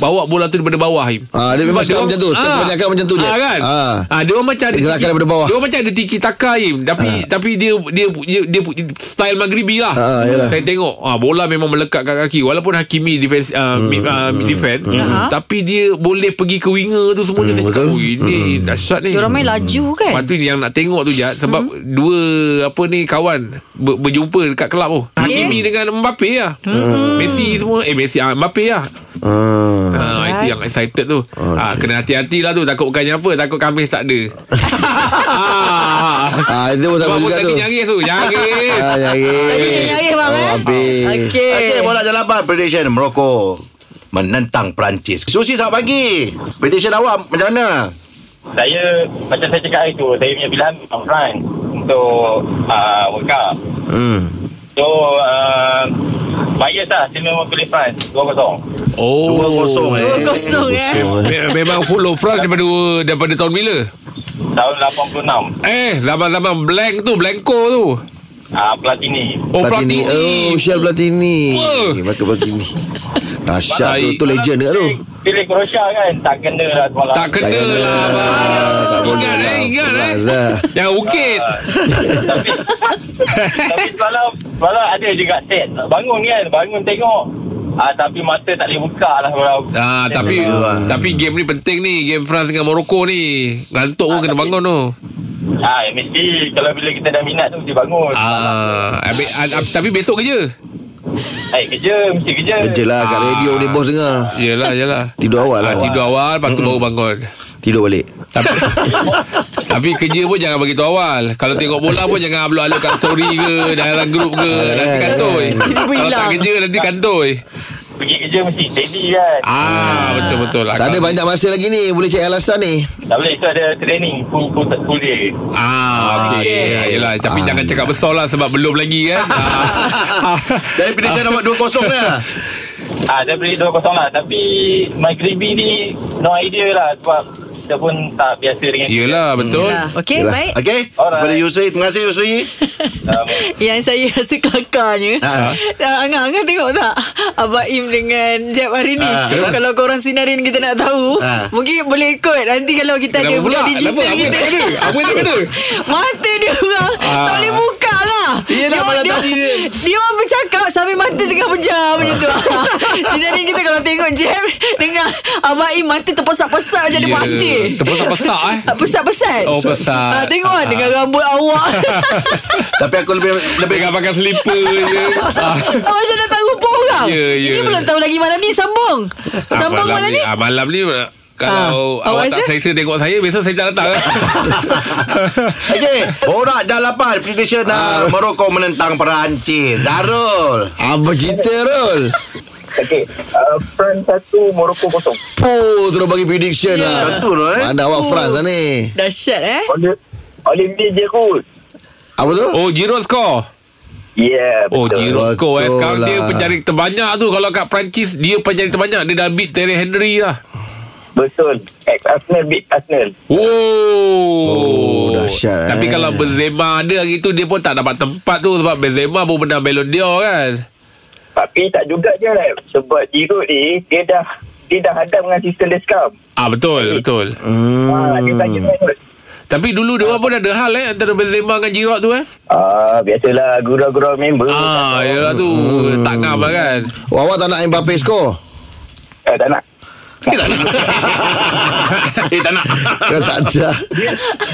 [SPEAKER 3] bawa bola tu daripada bawah. Im.
[SPEAKER 5] Ah, dia memang
[SPEAKER 3] Sebab
[SPEAKER 5] suka macam tu. Setiap kebanyakan macam tu je.
[SPEAKER 3] Ah, kan?
[SPEAKER 5] Ah.
[SPEAKER 3] Ah. dia orang macam ada
[SPEAKER 5] Dia gerakkan
[SPEAKER 3] tiki-
[SPEAKER 5] daripada bawah.
[SPEAKER 3] Dia orang macam ada tiki taka Im. Tapi tapi dia dia dia, dia, dia style Maghribi lah.
[SPEAKER 5] Ah, yalah.
[SPEAKER 3] saya tengok ah bola memang melekat kat kaki walaupun Hakimi defense uh,
[SPEAKER 5] Hmm,
[SPEAKER 3] mid, uh, mid defense tapi dia boleh pergi ke winger tu semua saya cakap, "Oh,
[SPEAKER 5] Hmm, betul.
[SPEAKER 3] ini dahsyat ni."
[SPEAKER 4] Diorang main laju kan
[SPEAKER 3] Lepas tu yang nak tengok tu Jad Sebab hmm. dua apa ni kawan ber, Berjumpa dekat kelab tu Hakimi dengan Mbappe lah Ah, hmm. Messi semua Eh Messi ah, Mbappe lah
[SPEAKER 5] Ah.
[SPEAKER 3] ha, Itu yang excited tu ha, Kena hati-hati lah tu Takut bukannya apa Takut kamis tak ada ha.
[SPEAKER 5] Ah, itu pun
[SPEAKER 3] Sebab
[SPEAKER 5] sama
[SPEAKER 3] pun
[SPEAKER 5] juga
[SPEAKER 3] tadi
[SPEAKER 5] tu.
[SPEAKER 3] nyari tu Nyari
[SPEAKER 5] Ah, nyari.
[SPEAKER 3] Hmm.
[SPEAKER 4] Tadi dia nyari bang
[SPEAKER 5] Oh,
[SPEAKER 4] eh
[SPEAKER 5] habis.
[SPEAKER 4] Okey
[SPEAKER 2] Okey, bola jalapan prediction Morocco menentang Perancis. Susi selamat pagi. Prediction awak macam mana?
[SPEAKER 6] Saya Macam saya cakap hari tu Saya punya pilihan Orang France Untuk uh, World Cup
[SPEAKER 5] Hmm.
[SPEAKER 6] So uh, Bias lah Saya memang pilih France 2-0
[SPEAKER 3] Oh
[SPEAKER 2] 2-0 eh.
[SPEAKER 4] Kosong eh
[SPEAKER 3] Me- Memang follow France daripada daripada tahun bila?
[SPEAKER 6] Tahun 86
[SPEAKER 3] Eh, zaman-zaman blank tu, blanko tu.
[SPEAKER 6] uh, Platini
[SPEAKER 3] Oh,
[SPEAKER 5] Platini.
[SPEAKER 3] Platini.
[SPEAKER 5] Oh, Syal Platini.
[SPEAKER 3] Wah.
[SPEAKER 5] Eh, Michael Platini. Dahsyat tu.
[SPEAKER 3] Baik.
[SPEAKER 5] Tu legend dekat tu.
[SPEAKER 6] Pilih- Pilih Croatia kan Tak kena lah semalam
[SPEAKER 3] Tak kena lah abang.
[SPEAKER 5] Ah, Tak boleh
[SPEAKER 3] Ingat
[SPEAKER 5] lah.
[SPEAKER 3] eh Ingat eh
[SPEAKER 5] Azhar.
[SPEAKER 3] Yang ukit
[SPEAKER 6] Tapi Tapi semalam Semalam ada juga set Bangun kan Bangun tengok Ah, tapi mata tak boleh buka lah semalam
[SPEAKER 3] Ah, tapi tapi game ni penting ni Game France dengan Morocco ni Gantuk pun kena bangun tu
[SPEAKER 6] Ah, mesti kalau bila kita dah minat tu mesti bangun.
[SPEAKER 3] ah, habis, ah, ah, Tapi besok kerja
[SPEAKER 6] Eh, kerja, mesti kerja.
[SPEAKER 5] Kerja lah kat radio ni bos dengar.
[SPEAKER 3] Yelah yelah
[SPEAKER 5] Tidur awal lah.
[SPEAKER 3] ah, Tidur awal Lepas tu baru bangun
[SPEAKER 5] Tidur balik.
[SPEAKER 3] tapi, tapi kerja pun jangan bagi tahu awal Kalau tengok bola pun jangan upload-upload kat story ke Dalam grup ke Nanti kantoi Kalau tak kerja nanti kantoi
[SPEAKER 6] Pergi kerja mesti steady kan.
[SPEAKER 3] Ah betul-betul lah
[SPEAKER 5] Tak ada banyak masa lagi ni Boleh cek alasan ni
[SPEAKER 6] Tak boleh, itu ada training full, full, full day.
[SPEAKER 3] Ah, okey. Okay. Yelah, tapi
[SPEAKER 5] Ah.
[SPEAKER 3] jangan cakap besar lah sebab belum lagi kan. Ah.
[SPEAKER 2] Dari prediction awak 2-0 lah.
[SPEAKER 6] Ah, dia beli 2-0 lah. Tapi, my Gribi ni, no idea lah sebab kita pun tak biasa dengan
[SPEAKER 3] Yelah, betul.
[SPEAKER 4] Lah, Okey
[SPEAKER 5] Yelah.
[SPEAKER 4] baik
[SPEAKER 2] Okey?
[SPEAKER 6] Alright.
[SPEAKER 2] Kepada Yusri, terima kasih Yusri.
[SPEAKER 4] Yang saya rasa kelakarnya
[SPEAKER 2] Ha.
[SPEAKER 3] Ah,
[SPEAKER 4] uh, Angah Angah tengok tak Abang Im dengan Jeb hari ni
[SPEAKER 3] Ah,
[SPEAKER 2] Ha, kenapa?
[SPEAKER 4] Kalau korang sinarin kita nak tahu
[SPEAKER 2] Ha.
[SPEAKER 4] Mungkin boleh ikut Nanti kalau kita
[SPEAKER 3] Kenapa
[SPEAKER 4] ada
[SPEAKER 3] pula?
[SPEAKER 4] budak digital
[SPEAKER 3] Kenapa? Apa
[SPEAKER 4] kita
[SPEAKER 3] tak ada? Apa tak ada?
[SPEAKER 4] Mata dia orang Tak
[SPEAKER 3] Ah.
[SPEAKER 4] boleh buka lah
[SPEAKER 2] Yelah,
[SPEAKER 4] Dia-
[SPEAKER 2] malam
[SPEAKER 4] dia,
[SPEAKER 2] tadi
[SPEAKER 4] dia,
[SPEAKER 2] dia-
[SPEAKER 4] orang bercakap Sambil mata tengah pejam macam tu
[SPEAKER 3] Ah.
[SPEAKER 4] Sinarin kita kalau tengok Jeb Dengan Abang Im mata terpesat-pesat Macam dia
[SPEAKER 3] Ya,
[SPEAKER 4] pasir
[SPEAKER 3] terpesak-pesak, eh?
[SPEAKER 4] Pesat-pesat
[SPEAKER 3] Oh, pesat.
[SPEAKER 4] Ah, Tengok
[SPEAKER 3] Ah.
[SPEAKER 4] dengan rambut awak
[SPEAKER 2] Tapi aku lebih lebih
[SPEAKER 3] Pegang pakai slipper je. Ah.
[SPEAKER 4] Ah, Macam dah tahu pun orang
[SPEAKER 3] Ya, ya.
[SPEAKER 4] Ini belum tahu lagi malam ni Sambung
[SPEAKER 3] Ah,
[SPEAKER 4] Sambung malam ni
[SPEAKER 3] ah, malam ni kalau
[SPEAKER 4] Ah,
[SPEAKER 3] awak
[SPEAKER 4] awak
[SPEAKER 3] tak
[SPEAKER 4] rasa?
[SPEAKER 3] selesa tengok saya Besok saya tak datang eh.
[SPEAKER 2] Okey, borak dah lapan prediction ah. Morocco menentang Perancis. Darul.
[SPEAKER 5] Apa cerita Rol
[SPEAKER 6] Okey, uh, France 1, Morocco 0.
[SPEAKER 5] Puh Terus bagi prediction
[SPEAKER 3] Ya.
[SPEAKER 5] lah
[SPEAKER 2] Betul, eh?
[SPEAKER 5] Mana awak France lah ni
[SPEAKER 4] Dahsyat eh
[SPEAKER 6] Oleh, Olivier Giroud.
[SPEAKER 5] Apa tu
[SPEAKER 3] Oh Giroud skor
[SPEAKER 6] Yeah,
[SPEAKER 3] Oh Giroud
[SPEAKER 5] Betul
[SPEAKER 3] skor eh. Sekarang dia
[SPEAKER 5] lah.
[SPEAKER 3] penjaring terbanyak tu Kalau kat Perancis Dia penjaring terbanyak Dia dah beat Terry Henry lah
[SPEAKER 6] Betul. Ex-Arsenal beat Arsenal.
[SPEAKER 3] Oh,
[SPEAKER 5] Oh, dahsyat,
[SPEAKER 3] Tapi
[SPEAKER 5] eh.
[SPEAKER 3] kalau Benzema ada hari tu Dia pun tak dapat tempat tu Sebab Benzema pun menang Ballon d'Or kan
[SPEAKER 6] Tapi tak juga je Sebab Giroud ni Dia dah Dia dah hadap dengan sistem Deskam
[SPEAKER 3] Ah betul betul.
[SPEAKER 6] hmm. ha, Dia tak kira
[SPEAKER 3] Tapi dulu dia orang pun ada hal eh antara Benzema dengan Giroud tu eh.
[SPEAKER 6] Ah, biasalah gurau-gurau member.
[SPEAKER 3] Ah yalah tu hmm. tak ngam lah kan.
[SPEAKER 5] Oh awak tak nak Mbappe skor
[SPEAKER 6] Eh, tak nak.
[SPEAKER 2] Eh, tak nak.
[SPEAKER 5] Kan tak ada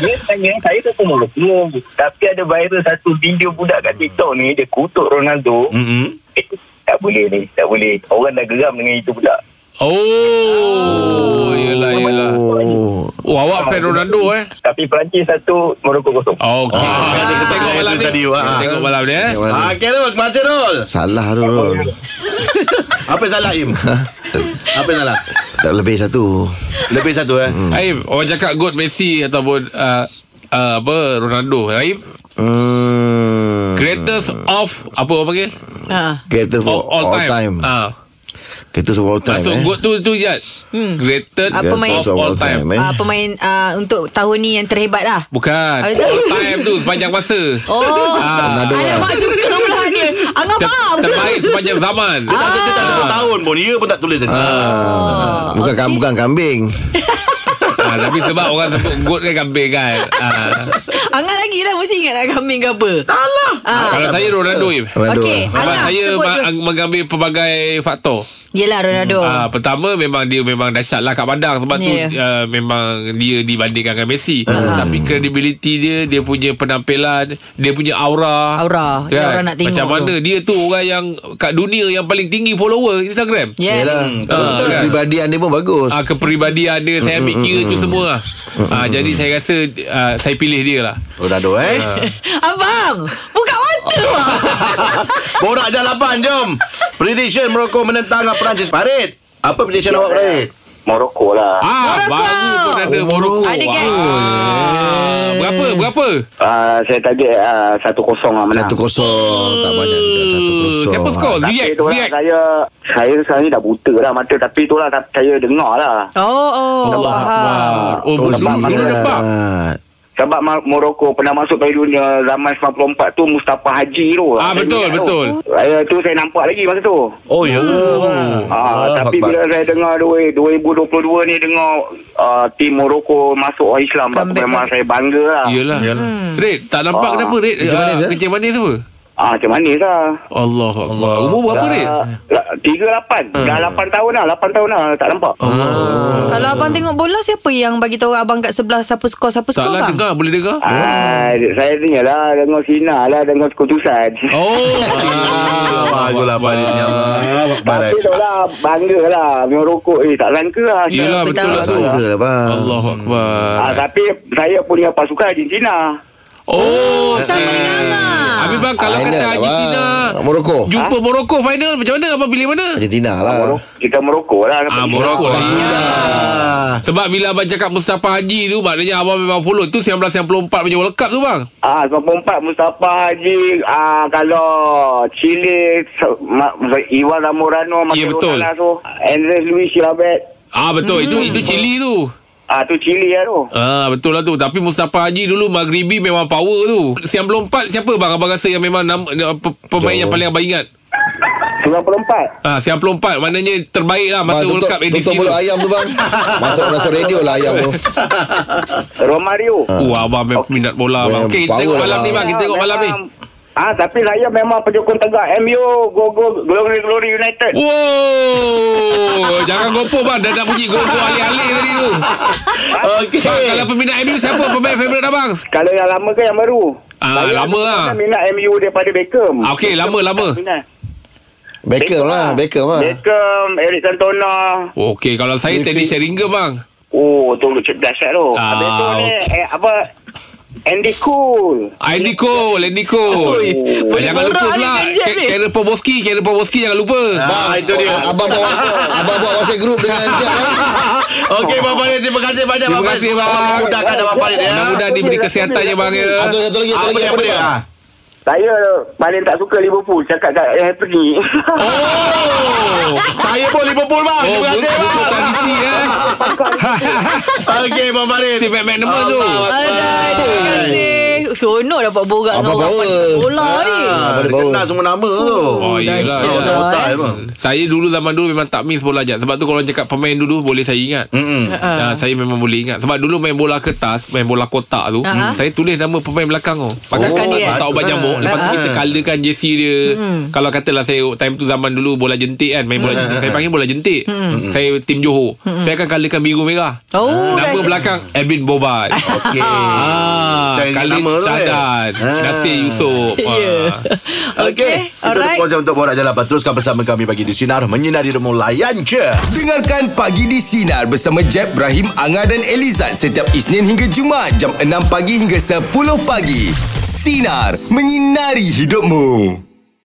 [SPEAKER 6] Dia tanya saya tu pun Morocco. Tapi ada viral satu video budak kat TikTok ni dia kutuk Ronaldo. Hmm.
[SPEAKER 2] Mm-mm.
[SPEAKER 6] Eh, tak boleh ni, tak boleh. Orang dah geram dengan itu budak.
[SPEAKER 3] Oh, yalah yalah.
[SPEAKER 5] Oh
[SPEAKER 3] Oh awak fan Ronaldo eh.
[SPEAKER 6] Tapi Perancis satu, Morocco kosong.
[SPEAKER 3] Okey. Ah, kita tengok
[SPEAKER 2] itu
[SPEAKER 3] malam ni.
[SPEAKER 2] tadi, ah.
[SPEAKER 3] Kita tengok malam ni eh.
[SPEAKER 2] Ah, Okey, Rul. Terima kasih, Rul.
[SPEAKER 5] lah. Salah tu Rol
[SPEAKER 2] Apa yang salah, Im? Apa yang salah?
[SPEAKER 5] Tak lebih satu
[SPEAKER 2] Lebih satu, eh?
[SPEAKER 3] Aib, orang cakap God Messi ataupun uh, uh, apa Ronaldo. Aib,
[SPEAKER 5] Hmm
[SPEAKER 3] greatest of apa orang panggil?
[SPEAKER 4] ha.
[SPEAKER 3] Of
[SPEAKER 5] Greater for all, time,
[SPEAKER 3] Ah.
[SPEAKER 5] Greater for all time
[SPEAKER 3] Masuk
[SPEAKER 5] eh.
[SPEAKER 3] God tu tu Jad. Hmm. Greatest
[SPEAKER 4] Apa
[SPEAKER 5] Greatest
[SPEAKER 4] main?
[SPEAKER 3] of all time.
[SPEAKER 5] eh.
[SPEAKER 4] Ah, Pemain ah, Untuk tahun ni Yang terhebat lah
[SPEAKER 3] Bukan
[SPEAKER 4] Apa tu?
[SPEAKER 3] All time tu Sepanjang masa
[SPEAKER 4] Oh
[SPEAKER 3] Ah.
[SPEAKER 4] Alamak suka pula ni Angah faham ke?
[SPEAKER 3] Terbaik sepanjang zaman
[SPEAKER 4] Ah.
[SPEAKER 2] Dia tak, dia tak sebut tahun pun Dia pun tak tulis tadi
[SPEAKER 5] Ah. Bukan, okay. bukan kambing
[SPEAKER 3] ah, Tapi sebab orang sebut Goat kan kambing kan ah.
[SPEAKER 4] Angah lagi lah Mesti ingat nak kambing ke apa Tak lah ah.
[SPEAKER 3] Kalau saya Ronaldo Im
[SPEAKER 5] Ronaldo.
[SPEAKER 4] Okey
[SPEAKER 3] Sebab
[SPEAKER 4] Angah
[SPEAKER 3] Ah, saya
[SPEAKER 4] sebut
[SPEAKER 3] ma-
[SPEAKER 4] dulu.
[SPEAKER 3] mengambil pelbagai faktor
[SPEAKER 4] Yelah Ronaldo
[SPEAKER 3] Ah, pertama memang dia memang dahsyat lah kat Padang sebab
[SPEAKER 4] Ya,
[SPEAKER 3] yeah. tu
[SPEAKER 4] ya.
[SPEAKER 3] uh, memang dia dibandingkan dengan Messi. Tapi credibility dia, dia punya penampilan, dia punya aura. Kan?
[SPEAKER 4] Aura. Yang orang nak tengok
[SPEAKER 3] Macam
[SPEAKER 4] tu.
[SPEAKER 3] mana dia tu orang yang kat dunia yang paling tinggi follower Instagram.
[SPEAKER 4] Yes
[SPEAKER 5] Yelah
[SPEAKER 3] Ah, kan?
[SPEAKER 5] Peribadian dia pun bagus
[SPEAKER 3] Ah, kepribadian dia saya
[SPEAKER 4] Mm,
[SPEAKER 3] ambil kira tu semua lah. Ah, jadi saya rasa ah, saya pilih dia lah.
[SPEAKER 2] Ronaldo eh
[SPEAKER 4] Abang Ah, Buka mata bang.
[SPEAKER 2] Borak dah 8 jom Prediction Morocco menentang Perancis Farid Apa prediction awak Farid?
[SPEAKER 8] Morocco lah
[SPEAKER 3] Ah,
[SPEAKER 4] Morocco.
[SPEAKER 3] baru pun ada
[SPEAKER 5] Oh,
[SPEAKER 3] Morocco.
[SPEAKER 4] Ada geng. Eh.
[SPEAKER 3] Ah, berapa? Berapa?
[SPEAKER 8] uh, Saya target uh, 1-0 lah menang
[SPEAKER 5] Satu kosong Tak banyak juga Satu kosong
[SPEAKER 3] Siapa skor?
[SPEAKER 8] Tapi
[SPEAKER 3] Ziyech,
[SPEAKER 8] itulah
[SPEAKER 3] Ziyech.
[SPEAKER 8] saya Saya sekarang ni dah buta lah mata Tapi itulah tak- saya dengar lah
[SPEAKER 4] Oh oh
[SPEAKER 8] Nampak.
[SPEAKER 4] faham.
[SPEAKER 3] Ah, Oh,
[SPEAKER 5] Oh,
[SPEAKER 3] bulu
[SPEAKER 5] Ziyech.
[SPEAKER 3] bulu nampak.
[SPEAKER 4] Hmm.
[SPEAKER 8] Sebab Ma- Morocco pernah masuk Piala Dunia zaman 94 tu Mustafa Haji tu.
[SPEAKER 3] Ah,
[SPEAKER 8] Saya
[SPEAKER 3] betul,
[SPEAKER 8] ingat
[SPEAKER 3] betul.
[SPEAKER 8] Tu. Saya tu saya nampak lagi masa tu.
[SPEAKER 2] Oh ya
[SPEAKER 8] Ah, tapi bila saya dengar dua- 2022 ni dengar uh, tim Morocco masuk orang Islam
[SPEAKER 4] Comeback
[SPEAKER 8] aku memang
[SPEAKER 4] balik.
[SPEAKER 8] saya bangga lah.
[SPEAKER 3] Yelah.
[SPEAKER 4] Hmm.
[SPEAKER 3] Red, tak nampak
[SPEAKER 8] Ah.
[SPEAKER 3] kenapa Red?
[SPEAKER 5] Kencing manis,
[SPEAKER 3] Ah,
[SPEAKER 5] eh?
[SPEAKER 3] Kencing manis apa?
[SPEAKER 8] Ah, macam mana lah.
[SPEAKER 3] Allah Allah. Umur berapa Red?
[SPEAKER 8] Dah- Tiga lapan. Dah
[SPEAKER 5] Hmm.
[SPEAKER 8] lapan tahun lah. Lapan tahun lah. Tak nampak.
[SPEAKER 3] Oh.
[SPEAKER 4] Kalau abang tengok bola Siapa yang bagi tahu abang kat sebelah Siapa skor Siapa skor
[SPEAKER 3] Salah
[SPEAKER 4] bang
[SPEAKER 3] dengar, boleh dengar?
[SPEAKER 8] Ah, saya tanya lah. Dengar Sina lah. Dengar Sekutusan.
[SPEAKER 3] Hmm. Oh,
[SPEAKER 2] Ah, Baguslah Faridnya
[SPEAKER 8] Tapi tu lah Bangga lah Minum rokok Eh tak sangka lah
[SPEAKER 3] Yelah betul lah tu.
[SPEAKER 5] Sangka lah bang
[SPEAKER 3] Allah Akbar.
[SPEAKER 8] Ah, tapi saya punya pasukan Argentina.
[SPEAKER 3] Oh,
[SPEAKER 4] Sama dengan Angah
[SPEAKER 3] Habis bang kalau
[SPEAKER 5] Final
[SPEAKER 3] kata
[SPEAKER 5] lah,
[SPEAKER 3] Argentina
[SPEAKER 5] bang. Morocco
[SPEAKER 3] jumpa Morocco final macam mana abang pilih mana?
[SPEAKER 5] Argentina lah
[SPEAKER 8] Moro- kita merokok lah.
[SPEAKER 3] Ah, Morocco lah. Ah. Sebab bila abang cakap Mustafa Haji tu Maknanya abang memang follow Tu 1994 punya World Cup tu bang
[SPEAKER 8] Ah, 94 Mustafa Haji ah, Kalau Chile so, Ma, Iwan Zamorano Marcelo
[SPEAKER 3] Ya, betul.
[SPEAKER 8] Salas tu Andres Luis Chilabet
[SPEAKER 3] Ah betul Itu itu Chile tu
[SPEAKER 8] ah, Tu Chile lah tu
[SPEAKER 3] Ah betul lah tu Tapi Mustafa Haji dulu Maghribi memang power tu Siang belum empat Siapa bang abang rasa Yang memang nam, eh, pe- Pemain
[SPEAKER 5] Jauh.
[SPEAKER 3] yang paling abang ingat
[SPEAKER 8] 94
[SPEAKER 3] Ah, siang belum empat Maknanya terbaik lah
[SPEAKER 5] Bang,
[SPEAKER 3] Masa World
[SPEAKER 5] tutup,
[SPEAKER 3] Cup edisi
[SPEAKER 5] tutup
[SPEAKER 3] tu
[SPEAKER 5] mulut ayam tu bang Masuk masuk radio lah ayam tu
[SPEAKER 8] Romario
[SPEAKER 3] Wah abang memang minat bola bang
[SPEAKER 5] Memang
[SPEAKER 3] Okay kita
[SPEAKER 5] power
[SPEAKER 3] tengok
[SPEAKER 5] lah,
[SPEAKER 3] malam ni
[SPEAKER 5] bang.
[SPEAKER 3] bang Kita tengok malam ni
[SPEAKER 8] Ah, tapi saya memang penyokong tegak MU Go Go Glory Glory United
[SPEAKER 3] Oh. Wow Jangan gopoh bang Dah nak bunyi gopoh alih-alih tadi tu
[SPEAKER 2] Okey
[SPEAKER 3] Bang kalau peminat MU Siapa pemain favourite abang
[SPEAKER 8] Kalau yang lama ke yang baru?
[SPEAKER 3] Ah,
[SPEAKER 8] Saya
[SPEAKER 3] lama
[SPEAKER 8] tak
[SPEAKER 3] lah.
[SPEAKER 8] Minat MU daripada Beckham.
[SPEAKER 3] Ah, okey, lama, lama.
[SPEAKER 8] Tak minat.
[SPEAKER 5] Beckham lah Beckham lah
[SPEAKER 8] Beckham, Eric Cantona.
[SPEAKER 3] Okay kalau saya
[SPEAKER 5] Milky.
[SPEAKER 3] Teddy Sheringham bang
[SPEAKER 8] Oh, tu lu cip dahsyat tu.
[SPEAKER 3] Ah,
[SPEAKER 8] Habis tu ni,
[SPEAKER 3] okey.
[SPEAKER 8] eh, apa? Andy Cole.
[SPEAKER 3] Andy Cole Andy Cole
[SPEAKER 4] boleh
[SPEAKER 3] Jangan lupa
[SPEAKER 4] borak
[SPEAKER 3] pula
[SPEAKER 4] ni ganjil ni.
[SPEAKER 3] Karen Poboski Karen Poboski jangan lupa
[SPEAKER 2] Ah, itu dia
[SPEAKER 5] Ya, Abang bawa Abang bawa WhatsApp group dengan Jack kan
[SPEAKER 2] Okey Abang Farid Terima kasih banyak
[SPEAKER 3] Terima
[SPEAKER 2] Abang
[SPEAKER 3] kasih,
[SPEAKER 2] Farid.
[SPEAKER 3] bang.
[SPEAKER 2] Allah Memudahkan Abang Farid ya
[SPEAKER 3] Mudah-mudahan diberi kesihatan je bang ya. Oh,
[SPEAKER 5] Satu satu lagi Satu
[SPEAKER 2] Apa
[SPEAKER 5] lagi
[SPEAKER 2] dia
[SPEAKER 5] apa
[SPEAKER 2] Apa
[SPEAKER 5] dia
[SPEAKER 2] dia
[SPEAKER 5] bang?
[SPEAKER 2] Ah.
[SPEAKER 8] Saya paling tak suka Liverpool. Cakap eh, kat Anthony.
[SPEAKER 3] Oh.
[SPEAKER 2] Saya pun Liverpool bang
[SPEAKER 3] Oh,
[SPEAKER 2] Terima kasih
[SPEAKER 3] betul-betul
[SPEAKER 2] bang
[SPEAKER 3] tradisi eh.
[SPEAKER 2] Okey Abang Farid
[SPEAKER 3] Tim McManaman tu.
[SPEAKER 2] Allah
[SPEAKER 4] Alah, terima kasih. Seronok dapat borak dengan
[SPEAKER 5] Abang
[SPEAKER 4] orang
[SPEAKER 5] power.
[SPEAKER 4] pandai bola ni.
[SPEAKER 2] Ah, Dia
[SPEAKER 5] Bau.
[SPEAKER 2] kenal semua nama tu
[SPEAKER 3] Oh, yelah.
[SPEAKER 2] So,
[SPEAKER 3] yelah.
[SPEAKER 2] dah otak dia, bang.
[SPEAKER 3] Saya dulu zaman dulu memang tak miss bola jat. Sebab tu kalau cakap pemain dulu boleh saya ingat.
[SPEAKER 2] Mm-mm.
[SPEAKER 4] Ah,
[SPEAKER 3] Ha, saya memang boleh ingat Sebab dulu main bola kertas Main bola kotak tu hmm,
[SPEAKER 4] Ha.
[SPEAKER 3] Saya tulis nama pemain belakang tu Pakai
[SPEAKER 4] Pakai
[SPEAKER 3] oh,
[SPEAKER 4] dia. Ah. Hmm.
[SPEAKER 3] Tak ubat jamur Lepas tu
[SPEAKER 2] Ha.
[SPEAKER 3] kita colourkan jersey dia Kalau katalah saya Time tu zaman dulu Bola jentik kan Main bola jentik Saya panggil bola jentik
[SPEAKER 4] Hmm.
[SPEAKER 3] Hmm. Saya tim Johor Saya akan colourkan biru merah
[SPEAKER 4] Oh,
[SPEAKER 3] Nama
[SPEAKER 4] dah-
[SPEAKER 3] belakang Edwin Bobat
[SPEAKER 2] Okey
[SPEAKER 3] Ah,
[SPEAKER 2] Dah ingat
[SPEAKER 3] Khalid
[SPEAKER 2] nama tu, eh?
[SPEAKER 3] Sadat
[SPEAKER 2] Ah.
[SPEAKER 3] Nasir Yusof
[SPEAKER 4] Ya.
[SPEAKER 3] Ah. yeah.
[SPEAKER 2] Okey,
[SPEAKER 4] Okay, alright.
[SPEAKER 2] Itu dia untuk borak jalan lepas. Teruskan bersama kami bagi di Sinar Menyinari Demo Layan Je
[SPEAKER 1] Dengarkan Pagi di Sinar bersama Jeb, Ibrahim, Anga dan Elizad setiap Isnin hingga Jumaat jam 6 pagi hingga 10 pagi. Sinar. Menyinari hidupmu.